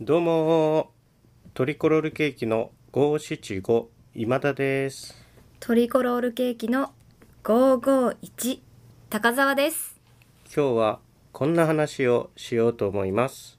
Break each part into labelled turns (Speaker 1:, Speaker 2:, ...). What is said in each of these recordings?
Speaker 1: どうもートリコロールケーキの五七五今田です
Speaker 2: トリコロールケーキの551高澤です
Speaker 1: 今日はこんな話をしようと思います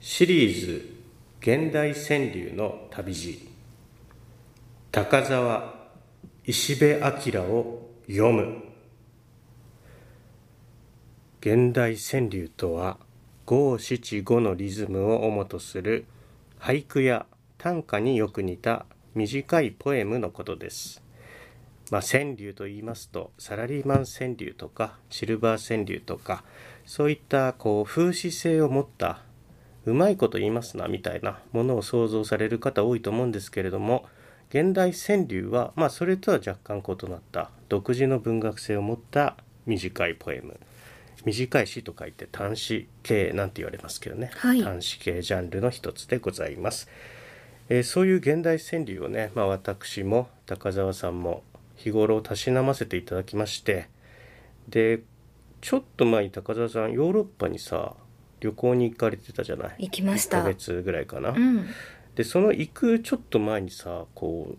Speaker 1: シリーズ現代川柳の旅路高沢石部明を読む現代川柳とは五七五のリズムを主とする俳句や短歌によく似た短いポエムのことです。まあ、川柳と言いますとサラリーマン川柳とかシルバー川柳とかそういったこう風刺性を持ったうまいこと言いますなみたいなものを想像される方多いと思うんですけれども現代川柳は、まあ、それとは若干異なった独自の文学性を持った短いポエム短い詩と書いて短詩系なんて言われますけどね、
Speaker 2: はい
Speaker 1: 短詩系ジャンルの一つでございます。えーそういう現代川柳をね、まあ、私も高澤さんも日頃たしなませていただきましてでちょっと前に高澤さんヨーロッパにさ旅行に行かれてたじゃない
Speaker 2: 行きまし
Speaker 1: 1ヶ
Speaker 2: た
Speaker 1: 月ぐらいかな、
Speaker 2: うん
Speaker 1: でその行くちょっと前にさこう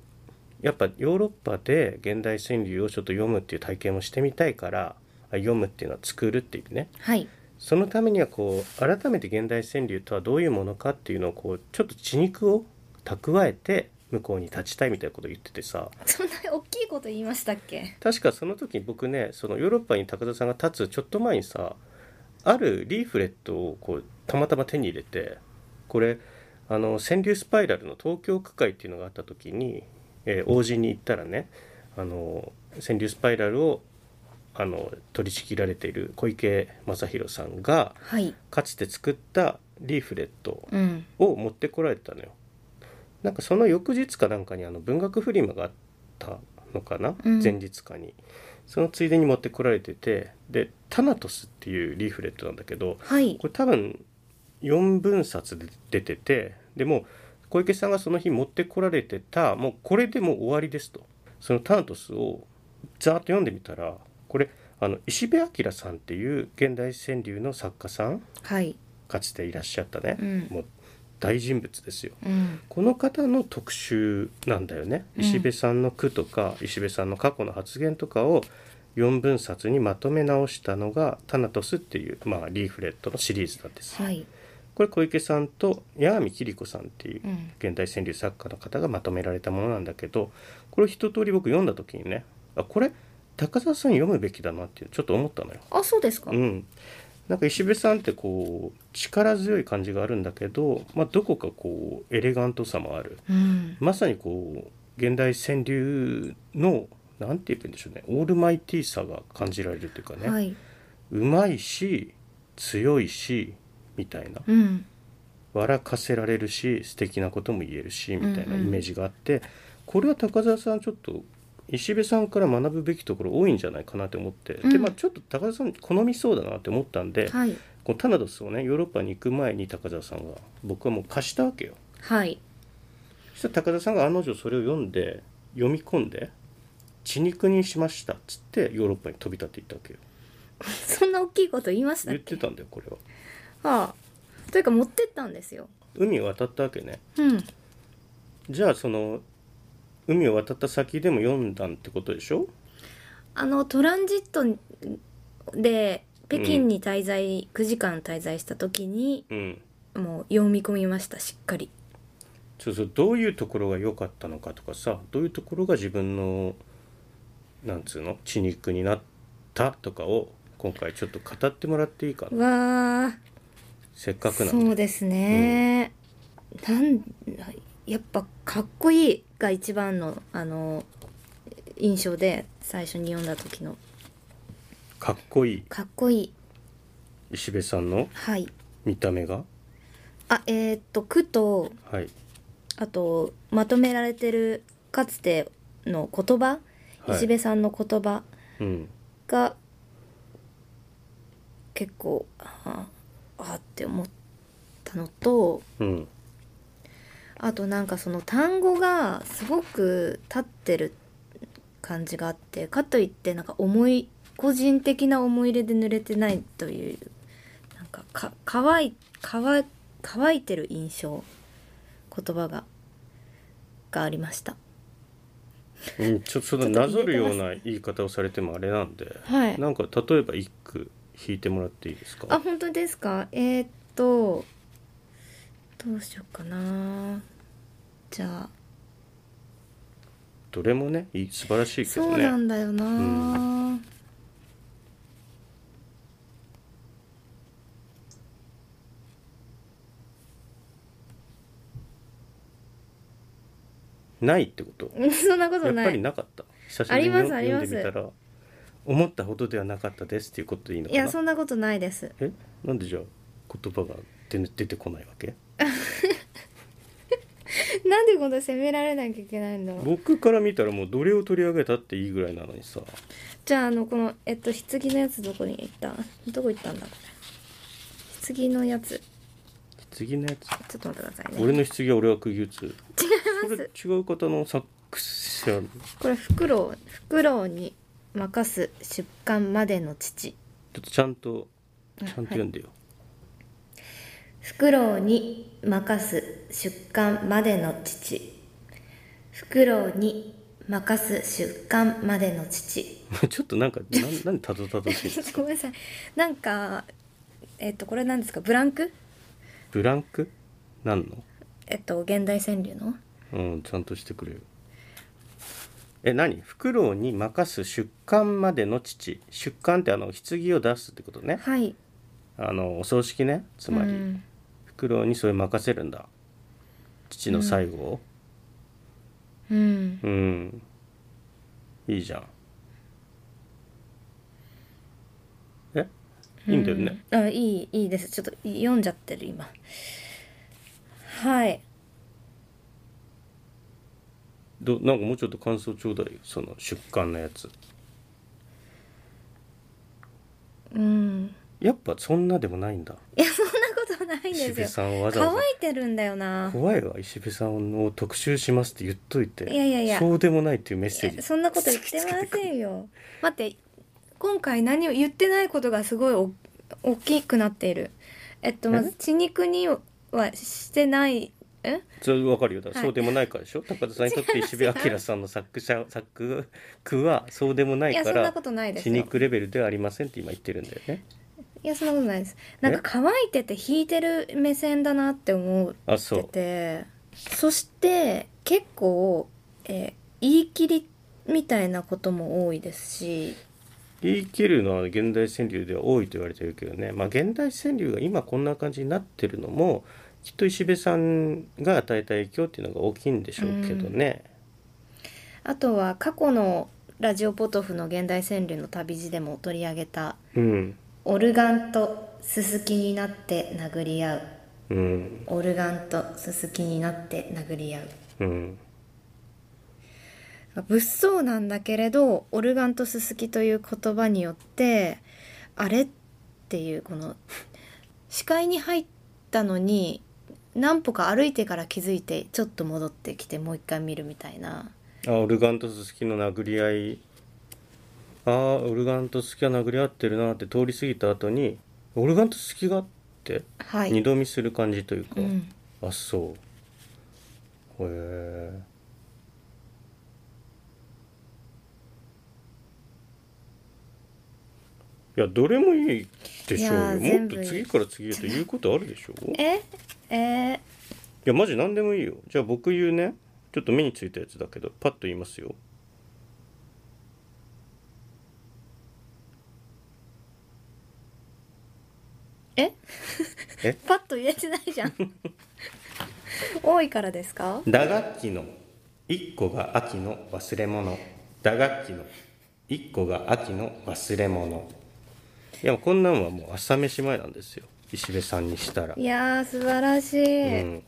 Speaker 1: やっぱヨーロッパで現代川柳をちょっと読むっていう体験をしてみたいからあ読むっていうのは作るっていうね
Speaker 2: はい
Speaker 1: そのためにはこう改めて現代川柳とはどういうものかっていうのをこうちょっと血肉を蓄えて向こうに立ちたいみたいなことを言っててさ
Speaker 2: そんな大きいこと言いましたっけ
Speaker 1: 確かその時僕ねそのヨーロッパに高田さんが立つちょっと前にさあるリーフレットをこうたまたま手に入れてこれあの川柳スパイラルの東京区会っていうのがあった時に、えー王子に行ったらねあの川柳スパイラルをあの取り仕切られている小池正弘さんが
Speaker 2: はい
Speaker 1: かつて作ったリーフレット
Speaker 2: うん
Speaker 1: を持ってこられたのよ。なんかその翌日かなんかにあの文学フリマがあったのかな、
Speaker 2: うん
Speaker 1: 前日かにそのついでに持ってこられててで「タナトス」っていうリーフレットなんだけど
Speaker 2: はい
Speaker 1: これ多分4分冊で出ててでもう小池さんがその日持ってこられてたもうこれでもう終わりですとその「タナトス」をざーっと読んでみたらこれあの石部明さんっていう現代川柳の作家さん
Speaker 2: はい
Speaker 1: かつていらっしゃったね、
Speaker 2: うん
Speaker 1: もう大人物ですよ
Speaker 2: うん
Speaker 1: この方の特集なんだよね、
Speaker 2: うん
Speaker 1: 石部さんの句とか石部さんの過去の発言とかを4分冊にまとめ直したのが「タナトス」っていう、まあ、リーフレットのシリーズなんです、
Speaker 2: はい
Speaker 1: これ小池さんと八海桐子さんっていう
Speaker 2: うん
Speaker 1: 現代川柳作家の方がまとめられたものなんだけどこれを一通り僕読んだ時にねあこれ高澤さん読むべきだなってちょっと思ったのよ。
Speaker 2: あそうですか
Speaker 1: うん、なんか石部さんってこう力強い感じがあるんだけど、まあ、どこかこうエレガントさもある
Speaker 2: うん
Speaker 1: まさにこう現代川柳のなんて言うんでしょうねオールマイティーさが感じられるというかね、
Speaker 2: はいう
Speaker 1: まいし強いしみたいな
Speaker 2: うん
Speaker 1: 笑かせられるし素敵なことも言えるしみたいな
Speaker 2: う
Speaker 1: イ
Speaker 2: んうん
Speaker 1: メージがあって、これは高澤さんちょっと石部さんから学ぶべきところ多いんじゃないかなと思って、で
Speaker 2: うん
Speaker 1: まあちょっと高澤さん好みそうだなって思ったんで、
Speaker 2: はい
Speaker 1: このタナドスをねヨーロッパに行く前に高澤さんが僕はもう貸したわけよ
Speaker 2: はい
Speaker 1: そしたら高田さんが案の定それを読んで読み込んで血肉にしましたっつってヨーロッパに飛び立っていったわけよ
Speaker 2: そんな大きいこと言いました
Speaker 1: 言
Speaker 2: っ
Speaker 1: って
Speaker 2: け
Speaker 1: たんだよこれは
Speaker 2: はあというか持ってったんですよ
Speaker 1: 海を渡ったわけね
Speaker 2: うん
Speaker 1: じゃあその海を渡った先でも読んだんってことでしょ
Speaker 2: あのトランジットで北京に滞在、9時間滞在した時に
Speaker 1: うん
Speaker 2: もう読み込みましたしっかり
Speaker 1: そうそうどういうところが良かったのかとかさどういうところが自分のなんつうの血肉になったとかを今回ちょっと語ってもらっていいかな
Speaker 2: わあ
Speaker 1: せっかくなんで
Speaker 2: そうですね、なんやっぱかっこいいが一番のあの印象で最初に読んだ時の
Speaker 1: かっこいい
Speaker 2: かっこいい
Speaker 1: 石部さんの
Speaker 2: はい
Speaker 1: 見た目が
Speaker 2: あえーっと句と
Speaker 1: はい
Speaker 2: あとまとめられてるかつての言葉、
Speaker 1: はい
Speaker 2: 石部さんの言葉
Speaker 1: うん
Speaker 2: が結構ああーって思ったのと
Speaker 1: うん
Speaker 2: あとなんかその単語がすごく立ってる感じがあってかといってなんか思い個人的な思い入れで濡れてないというなんかかかわいかわい乾いてる印象言葉ががありました
Speaker 1: うん、ちょっとその
Speaker 2: ちょ
Speaker 1: な
Speaker 2: っと
Speaker 1: ぞる
Speaker 2: 言え
Speaker 1: よ
Speaker 2: てま
Speaker 1: う
Speaker 2: す
Speaker 1: な言い方をされてもあれなんで、
Speaker 2: はい
Speaker 1: なんか例えば一句弾いてもらっていいですか
Speaker 2: あ本当ですかえーっとどうしようかなじゃ
Speaker 1: どれもねいい素晴らし
Speaker 2: あ
Speaker 1: いけど
Speaker 2: そ
Speaker 1: ね
Speaker 2: うなんだよな、
Speaker 1: んないってこと
Speaker 2: そんなこと
Speaker 1: やっ
Speaker 2: な
Speaker 1: ぱり
Speaker 2: い
Speaker 1: なかった久しぶりに
Speaker 2: ありますあり
Speaker 1: 読ん
Speaker 2: ま
Speaker 1: ですみたら思ったほどではなかったですっていうことでいいの
Speaker 2: い
Speaker 1: かな
Speaker 2: やそんなことないです
Speaker 1: えなんでじゃあ言葉が出出てこないわけ
Speaker 2: なんでこんな責められなきゃいけないんだろう
Speaker 1: 僕から見たらもうどれを取り上げたっていいぐらいなのにさ
Speaker 2: じゃああのこのえっと棺のやつどこに行ったどこ行ったんだこれ棺のやつ
Speaker 1: 棺のやつ
Speaker 2: ちょっと待ってくださいね
Speaker 1: 俺の棺は俺は釘打つ違い
Speaker 2: ます
Speaker 1: それ違う方の作詞者
Speaker 2: これフクロウフクロウに任す出棺までの父
Speaker 1: ちょっとちゃんとちゃんと読んでよ、
Speaker 2: フクロウに任す出棺までの父フクロウに任す出棺までの 父
Speaker 1: ちょっとなんかなんなんでたどたどしいんで
Speaker 2: ちょっ
Speaker 1: す
Speaker 2: と
Speaker 1: か
Speaker 2: ごめんなさいなんかえっとこれなんですかブランク
Speaker 1: ブランクなんの
Speaker 2: えっと現代川柳の
Speaker 1: うんちゃんとしてくれよえ何フクロウに任す出棺までの父出棺ってあの棺を出すってことね
Speaker 2: はい
Speaker 1: あのお葬式ねつまり、
Speaker 2: うん
Speaker 1: フクロウにそれ任せるんだ父の最後を
Speaker 2: うん
Speaker 1: うん、いいじゃんえいいんだよね、
Speaker 2: うんあいいいいですちょっと読んじゃってる今はい
Speaker 1: どなんかもうちょっと感想ちょうだいよその出棺のやつ
Speaker 2: うん
Speaker 1: やっぱそんなでもないんだ
Speaker 2: いやそんなことないん
Speaker 1: 石
Speaker 2: で
Speaker 1: 部
Speaker 2: すよ
Speaker 1: さんわざ
Speaker 2: 乾
Speaker 1: わざ
Speaker 2: いてるんだよな
Speaker 1: 怖いわ石部さんを特集しますって言っといて
Speaker 2: いやいやいや
Speaker 1: そうでもないっていうメッセージ
Speaker 2: そんなこと言ってませんよ待って今回何を言ってないことがすごいお大きくなっているえっとまず血肉にはしてないえ
Speaker 1: それ分かるよだから
Speaker 2: はい
Speaker 1: そうでもないからでしょ、高田さんにとって石部明さんの作者作句はそうでもないい
Speaker 2: や
Speaker 1: か
Speaker 2: そんな
Speaker 1: ら
Speaker 2: ことないです
Speaker 1: 血
Speaker 2: よ
Speaker 1: 肉レベルではありませんって今言ってるんだよね
Speaker 2: いやそんなことないですなんか乾いてて引いてる目線だなって思っ
Speaker 1: あそ
Speaker 2: て
Speaker 1: う
Speaker 2: てそして結構、えー言い切りみたいなことも多いですし
Speaker 1: 言い切るのは現代川柳では多いと言われてるけどねまあ現代川柳が今こんな感じになってるのもきっと石部さんが与えた影響っていうのが大きいんでしょうけどね、
Speaker 2: あとは過去のラジオポトフの現代川柳の旅路でも取り上げた
Speaker 1: うん、
Speaker 2: オルガンとススキになって殴り合う
Speaker 1: うん、
Speaker 2: オルガンとススキになって殴り合う
Speaker 1: うん、
Speaker 2: 物騒なんだけれどオルガンとススキという言葉によってあれっていうこの視界に入ったのに何歩か歩いてから気づいてちょっと戻ってきてもう一回見るみたいな
Speaker 1: あオルガンとススキの殴り合いあーオルガンとススキが殴り合ってるなって通り過ぎた後にオルガンとススキがって
Speaker 2: はい
Speaker 1: 二度見する感じというか、
Speaker 2: うん、
Speaker 1: あそうへえいやどれもいいでしょう
Speaker 2: いや
Speaker 1: よもっ
Speaker 2: ー全
Speaker 1: と
Speaker 2: 部いい
Speaker 1: 次から次へと言うことあるでしょう
Speaker 2: ええ
Speaker 1: いやマジ何でもいいよじゃあ僕言うねちょっと目についたやつだけどパッと言いますよ
Speaker 2: え
Speaker 1: え
Speaker 2: パッと言えてないじゃん 多いからですか
Speaker 1: 打楽器の一個が秋の忘れ物打楽器の一個が秋の忘れ物いやこんなんはもう朝飯前なんですよ石部さんにしたら
Speaker 2: いやー素晴らしい、
Speaker 1: うん、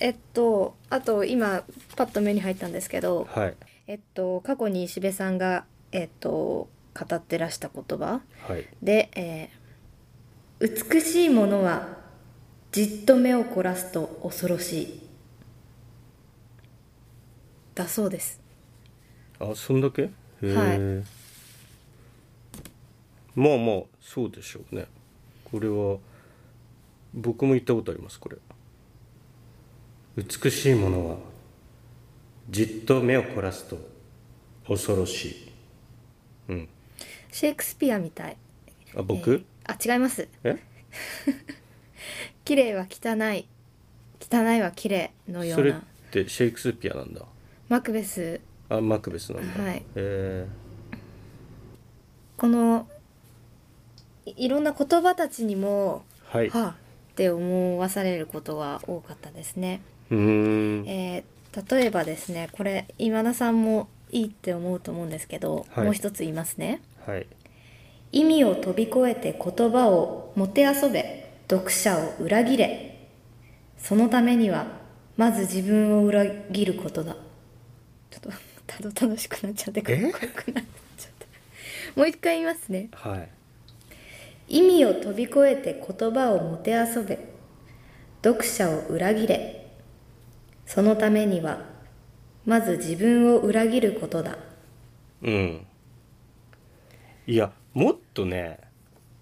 Speaker 2: えっとあと今パッと目に入ったんですけど
Speaker 1: はい
Speaker 2: えっと過去に石部さんがえっと語ってらした言葉
Speaker 1: はい
Speaker 2: で、えー美しいものはじっと目を凝らすと恐ろしい」だそうです
Speaker 1: あそんだけへえ、まあまあそうでしょうねこれは僕も行ったことありますこれ美しいものはじっと目を凝らすと恐ろしいうん
Speaker 2: シェイクスピアみたい
Speaker 1: あ僕、
Speaker 2: えーあ違います
Speaker 1: え
Speaker 2: 綺麗は汚い汚いは綺麗のよ
Speaker 1: そうれっ
Speaker 2: な
Speaker 1: てシェイクスピアなんだ
Speaker 2: マクベス
Speaker 1: あマクベスなんだ、
Speaker 2: はい
Speaker 1: え
Speaker 2: このいいろんな言葉たちにも、
Speaker 1: ーはい
Speaker 2: はあって思わされることが多かったですね、
Speaker 1: うーん
Speaker 2: えー例えばですねこれ今田さんもいいって思うと思うんですけど、
Speaker 1: はい
Speaker 2: もう一つ言いますね
Speaker 1: はい
Speaker 2: 意味を飛び越えて言葉をもてあそべ読者を裏切れそのためにはまず自分を裏切ることだちょっとたどたどしくなっちゃってかっこ
Speaker 1: え
Speaker 2: よくなっちゃったもう一回言いますね
Speaker 1: はい
Speaker 2: 意味を飛び越えて言葉をもてあそべ読者を裏切れそのためにはまず自分を裏切ることだ
Speaker 1: うんいやもっとね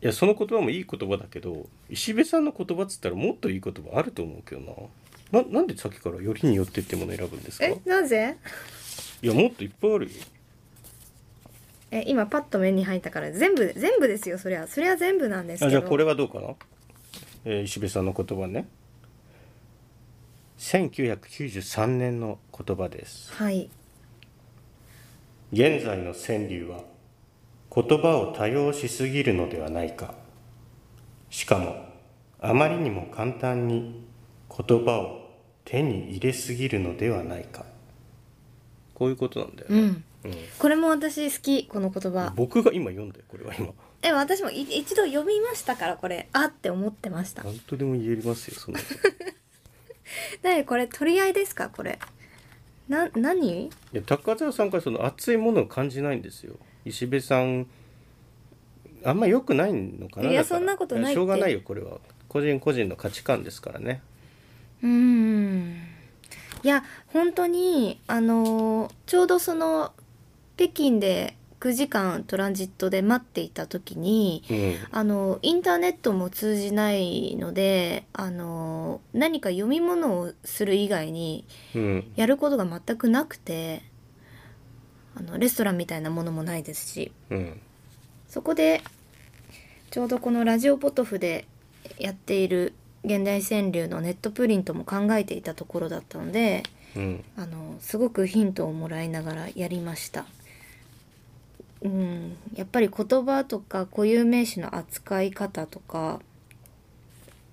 Speaker 1: いやその言葉もいい言葉だけど石部さんの言葉っつったらもっといい言葉あると思うけどなななんでさっきからよりによってってもの選ぶんですか
Speaker 2: え
Speaker 1: い
Speaker 2: なぜ
Speaker 1: やもっといっぱいあるよ
Speaker 2: え今パッと目に入ったから全部全部ですよそりゃそりゃ全部なんですけ
Speaker 1: あ
Speaker 2: ど
Speaker 1: じゃあこれはどうかな、えー石部さんの言葉ね1993年の言葉です
Speaker 2: はい
Speaker 1: 現在の川柳は言葉を多用しすぎるのではないかしかもあまりにも簡単に言葉を手に入れすぎるのではないかこういうことなんだよ
Speaker 2: う
Speaker 1: ね、
Speaker 2: んこれも私好きこの言
Speaker 1: うん
Speaker 2: 葉
Speaker 1: 僕が今読んだよこれは今
Speaker 2: え私もい一度読みましたからこれあって思ってました
Speaker 1: 何とでも言えますよそ の
Speaker 2: なにこれ取り合いですかこれな何
Speaker 1: いや高澤さんからその熱いものを感じないんですよ石部さんあんま良くないのかない
Speaker 2: や
Speaker 1: だから
Speaker 2: そんなことないって
Speaker 1: やしょうがないよこれは個人個人の価値観ですからね
Speaker 2: うーんいや本当にあのーちょうどその北京で9時間トランジットで待っていた時に
Speaker 1: うん
Speaker 2: あのインターネットも通じないのであの何か読み物をする以外に
Speaker 1: うん
Speaker 2: やることが全くなくてあのレストランみたいなものもないですし
Speaker 1: うん
Speaker 2: そこでちょうどこのラジオポトフでやっている現代川柳のネットプリントも考えていたところだったので
Speaker 1: うん
Speaker 2: あのすごくヒントをもらいながらやりました。うん、やっぱり言葉とか固有名詞の扱い方とか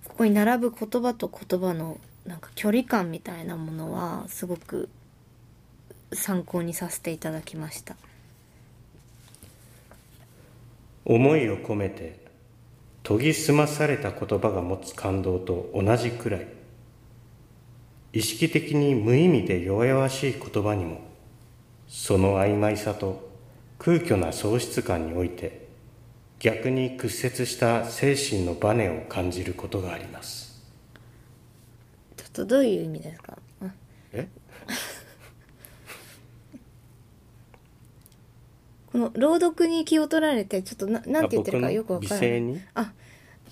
Speaker 2: ここに並ぶ言葉と言葉のなんか距離感みたいなものはすごく参考にさせていただきました。
Speaker 1: 思いを込めて研ぎ澄まされた言葉が持つ感動と同じくらい意識的に無意味で弱々しい言葉にもその曖昧さと空虚な喪失感において逆に屈折した精神のバネを感じることがあります
Speaker 2: ちょっとどういう意味ですかあ
Speaker 1: え
Speaker 2: この朗読に気を取られてちょっとななんて言ってる
Speaker 1: あ僕
Speaker 2: か
Speaker 1: の
Speaker 2: よくわか
Speaker 1: 美
Speaker 2: らな
Speaker 1: 声
Speaker 2: い
Speaker 1: に
Speaker 2: あ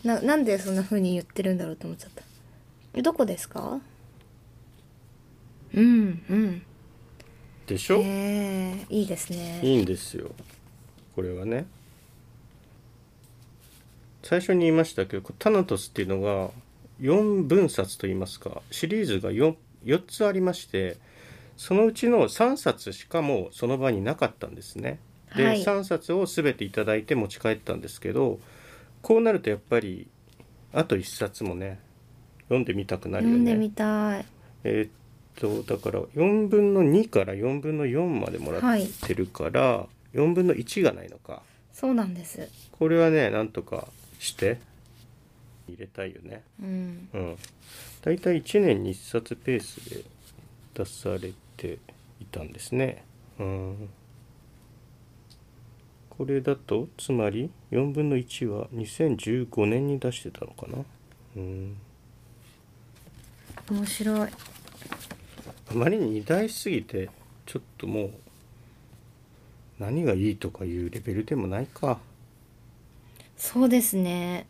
Speaker 2: ななんでそんな風に言ってるんだろうと思っちゃったえどこですかうんうん
Speaker 1: でしょ、
Speaker 2: えー、いいですね
Speaker 1: いいんですよこれはね最初に言いましたけどこうタナトスっていうのが4分冊といいますかシリーズが 4, 4つありましてそのうちの3冊しかもうその場になかったんですね。で、
Speaker 2: はい
Speaker 1: 3冊を全ていただいて持ち帰ったんですけどこうなるとやっぱりあと1冊もね読んでみたくなるよ
Speaker 2: 読
Speaker 1: ね。
Speaker 2: んでみたい
Speaker 1: えーっとだから4分の2から4分の4までもらってるから、4分の1がないのか
Speaker 2: そうなんです
Speaker 1: これはねなんとかして入れたいよね
Speaker 2: うん
Speaker 1: うん大体1年に1冊ペースで出されていたんですねうんこれだとつまり4分の1は2015年に出してたのかなうん
Speaker 2: 面白い
Speaker 1: あまりに偉大しすぎてちょっともう何がいいとかいうレベルでもないか
Speaker 2: そうですね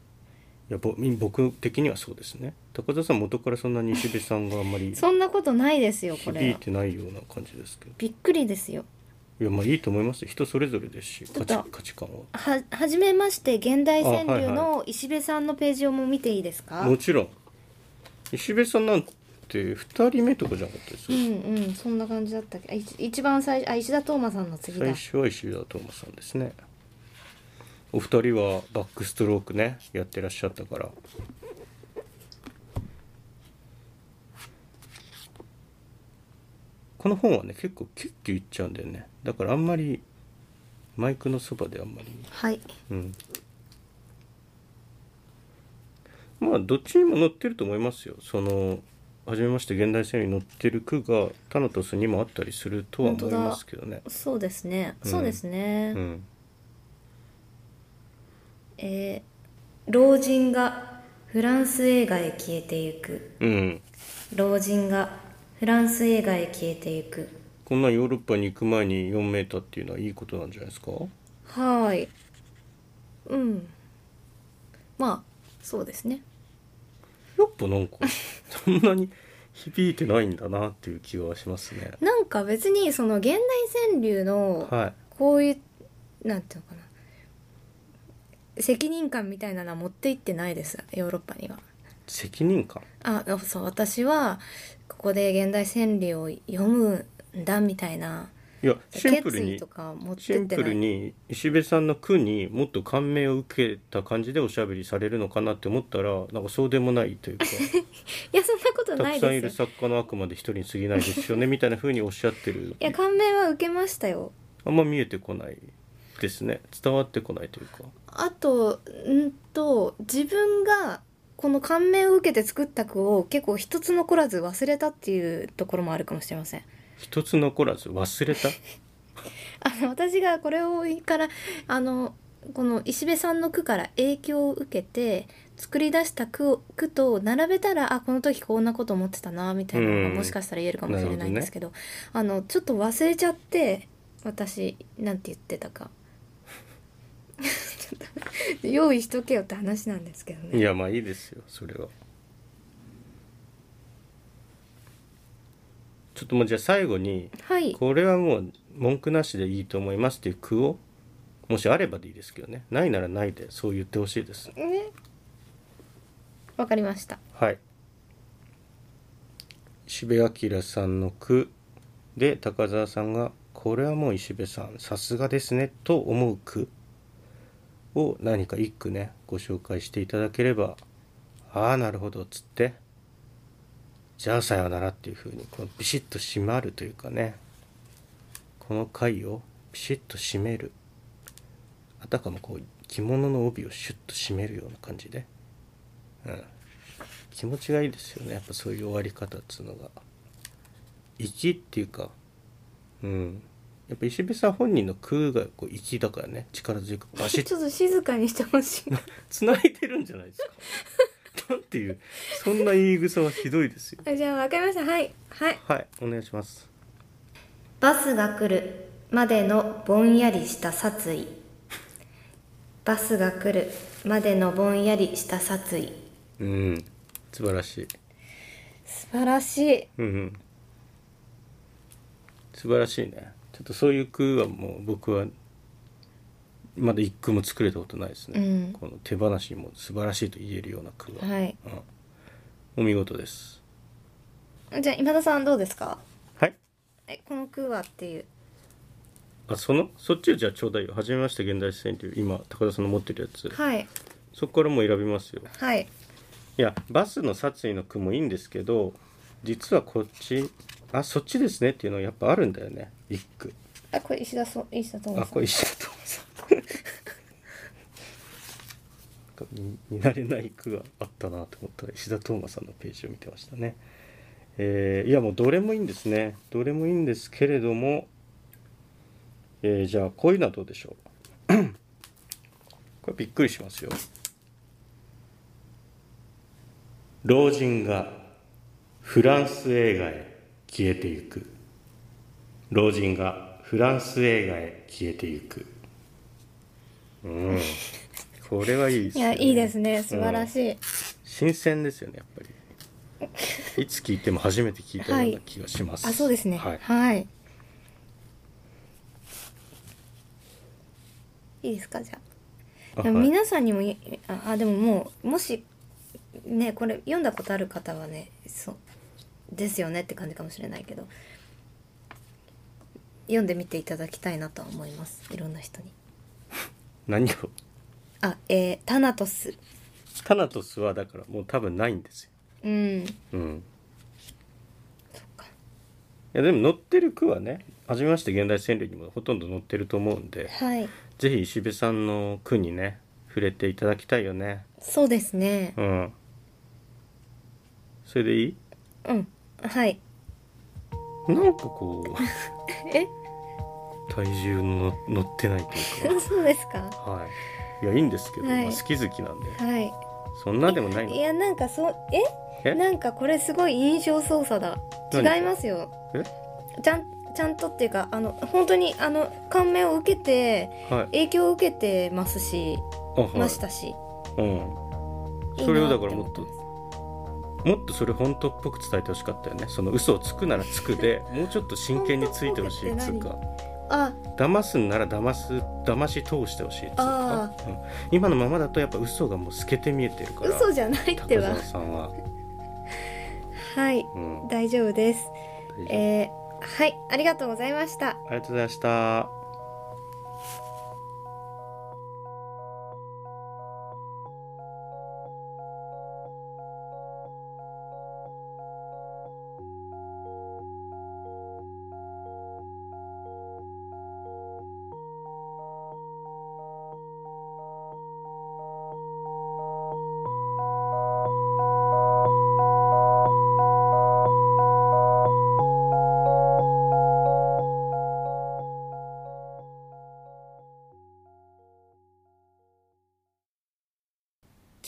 Speaker 1: やぼ僕的にはそうですね高田さん元からそんなに石部さんがあんまり
Speaker 2: そんなことないですよこれ
Speaker 1: 響い
Speaker 2: は
Speaker 1: てないような感じですけど
Speaker 2: びっくりですよ
Speaker 1: いやまあいいと思いますよ人それぞれですし
Speaker 2: ちょ
Speaker 1: 価
Speaker 2: っと
Speaker 1: 値価値観は
Speaker 2: はじめまして現代川柳
Speaker 1: あは
Speaker 2: の石部さんのページをもう見ていいですか、
Speaker 1: もちろん石部さんなんて2人目とかじゃなかったです
Speaker 2: う
Speaker 1: よ、
Speaker 2: んうんそんな感じだったっけあいち一番最初あ石田斗真さんの次だ
Speaker 1: 最初は石田斗真さんですねお二人はバックストロークねやってらっしゃったからこの本はね結構キュッキュいっちゃうんだよねだからあんまりマイクのそばであんまり
Speaker 2: はい
Speaker 1: うんまあどっちにも載ってると思いますよその「初めまして現代戦に載ってる句がタナトスにもあったりするとは思いますけどね
Speaker 2: そうですね、
Speaker 1: うん
Speaker 2: そうですね、
Speaker 1: うん
Speaker 2: えー老人がフランス映画へ消えてゆく
Speaker 1: うん
Speaker 2: 老人がフランス映画へ消えてゆく
Speaker 1: こんなヨーロッパに行く前に4メーターっていうのはいいことなんじゃないですか
Speaker 2: はーいうんまあそうですね
Speaker 1: やっぱなんか そんなに響いてないんだなっていう気はしますね
Speaker 2: なんか別にその現代川柳の
Speaker 1: は
Speaker 2: こういうなんていうのかな責任感みたいなのは持って行ってないですヨーロッパにはい
Speaker 1: 責任感
Speaker 2: あそう私はここで現代川柳を読むんだみたいない
Speaker 1: やシンプ
Speaker 2: 決
Speaker 1: ル
Speaker 2: 意
Speaker 1: に
Speaker 2: とか持っ
Speaker 1: シ
Speaker 2: てっ
Speaker 1: ンプ
Speaker 2: てな
Speaker 1: ル
Speaker 2: い
Speaker 1: に石部さんの句にもっと感銘を受けた感じでおしゃべりされるのかなって思ったらなんかそうでもないという か
Speaker 2: いやそんなこ
Speaker 1: た
Speaker 2: とな
Speaker 1: く
Speaker 2: い
Speaker 1: さんいる
Speaker 2: ですよ
Speaker 1: 作家のあくまで一人に過ぎないですよねみたいな風におっしゃってる
Speaker 2: いや感銘は受けましたよ
Speaker 1: あんま見えてこないですね伝わってこないというか
Speaker 2: あとんと自分がこの感銘を受けて作った句を結構一つ残らず忘れたっていうところもあるかもしれません
Speaker 1: 一つ残らず忘れた
Speaker 2: あの私がこれをからあのこの石部さんの句から影響を受けて作り出した句を句と並べたらあこの時こんなこと思ってたなみたいなの
Speaker 1: うん
Speaker 2: がもしかしたら言えるかもしれ
Speaker 1: なるほ
Speaker 2: な
Speaker 1: ど
Speaker 2: いん
Speaker 1: ね
Speaker 2: ですけど,、あのちょっと忘れちゃって私なんて言ってたか ちょっと用意しとけよって話なんですけど
Speaker 1: い
Speaker 2: ね
Speaker 1: やまあいいですよそれはちょっともうじゃあ最後に
Speaker 2: はい
Speaker 1: これはもう文句なしでいいと思いますっていう句をもしあればでいいですけどねないならないでそう言ってほしいです
Speaker 2: えわかりました
Speaker 1: はい石部明さんの句で高澤さんが「これはもう石部さんさすがですね」と思う句を何か一句ねご紹介していただければ「ああなるほど」っつって「じゃあさようなら」っていうふうにこのビシッと締まるというかねこの回をビシッと締めるあたかもこう着物の帯をシュッと締めるような感じで。うん気持ちがいいですよねやっぱそういう終わり方っつうのが粋っていうかうんやっぱ石部さん本人の空がこう粋だからね力強くバシッ
Speaker 2: ちょっと静かにしてほしい
Speaker 1: 繋いでるんじゃないです かなんていうそんな言い草はひどいですよ
Speaker 2: あじゃあわかりましたはいはい
Speaker 1: はいお願いします
Speaker 2: バスが来るまでのぼんやりした殺意バスが来るまでのぼんやりした殺意
Speaker 1: うん素晴らしい
Speaker 2: 素晴らしい
Speaker 1: うんうん素晴らしいねちょっとそういう句はもう僕はまだ一句も作れたことないですね、
Speaker 2: うん
Speaker 1: この手放しも素晴らしいと言えるような句は、
Speaker 2: はい
Speaker 1: お見事です
Speaker 2: じゃあ今田さんどうですか
Speaker 1: はい
Speaker 2: えこの句はっていう
Speaker 1: あそのそっちをじゃあちょうだいよ初めまして現代戦という今高田さんの持ってるやつ
Speaker 2: はい
Speaker 1: そこからもう選びますよ
Speaker 2: はい
Speaker 1: いやバスの殺意の句もいいんですけど実はこっちあそっちですねっていうのやっぱあるんだよね一句
Speaker 2: あこれ石田そ石田智
Speaker 1: あ
Speaker 2: さ
Speaker 1: こ
Speaker 2: ん
Speaker 1: れ石田とさんなんか見見慣れない句があったなと思ったら石田斗真さんのページを見てましたね。えーいやもうどれもいいんですねどれもいいんですけれども、えーじゃあこういうのはどうでしょう これびっくりしますよ。老人がフランス映画へ消えてゆく。老人がフランス映画へ消えてゆくうんそれはいいです
Speaker 2: い
Speaker 1: よ
Speaker 2: や
Speaker 1: ね
Speaker 2: いいですね素晴らしい、
Speaker 1: 新鮮ですよねやっぱりいつ聞いても初めて聞いたような気がします、
Speaker 2: あそうですね
Speaker 1: はい、
Speaker 2: はい、いいですかじゃあ
Speaker 1: あ
Speaker 2: でも
Speaker 1: はい
Speaker 2: 皆さんにもいああでももうもしねこれ読んだことある方はねそうですよねって感じかもしれないけど読んでみていただきたいなとは思いますいろんな人に。
Speaker 1: 何を
Speaker 2: あえー、タナトス
Speaker 1: タナトスはだからもう多分ないんですよ
Speaker 2: うん
Speaker 1: うん
Speaker 2: そっか
Speaker 1: いやでも載ってる句はね初めまして現代川柳にもほとんど載ってると思うんで
Speaker 2: はい
Speaker 1: ぜひ石部さんの句にね触れていただきたいよね
Speaker 2: そうですね
Speaker 1: うんそれでいい
Speaker 2: うんはい
Speaker 1: なんかこう
Speaker 2: え
Speaker 1: 体重の乗ってないという
Speaker 2: そうですか
Speaker 1: かはいいやいいんですけど、
Speaker 2: はい
Speaker 1: まあ、好き好きなんで
Speaker 2: はい
Speaker 1: そんなでもないの
Speaker 2: いやなんかそうえ
Speaker 1: え
Speaker 2: なんかこれすごい印象操作だ
Speaker 1: 何
Speaker 2: 違いますよ
Speaker 1: え
Speaker 2: ちゃんちゃんとっていうかあの本当にあの感銘を受けて
Speaker 1: はい
Speaker 2: 影響を受けてますし、
Speaker 1: あはい
Speaker 2: ましたし
Speaker 1: うん
Speaker 2: いいな
Speaker 1: それをだからも
Speaker 2: て
Speaker 1: っと
Speaker 2: 思
Speaker 1: もっとそれ本当っぽく伝えてほしかったよねその嘘をつくならつくでもうちょっと真剣についてほしいっつうか
Speaker 2: あ
Speaker 1: 騙すんなら騙す騙し通してほしいっつうか
Speaker 2: あ、
Speaker 1: うん今のままだとやっぱ嘘がもう透けて見えてるから
Speaker 2: 嘘じゃないっ
Speaker 1: 高
Speaker 2: ては
Speaker 1: 澤さんは、
Speaker 2: はい
Speaker 1: うん、大丈
Speaker 2: 大丈夫です
Speaker 1: 夫
Speaker 2: えー、はいありがとうございました
Speaker 1: ありがとうございました。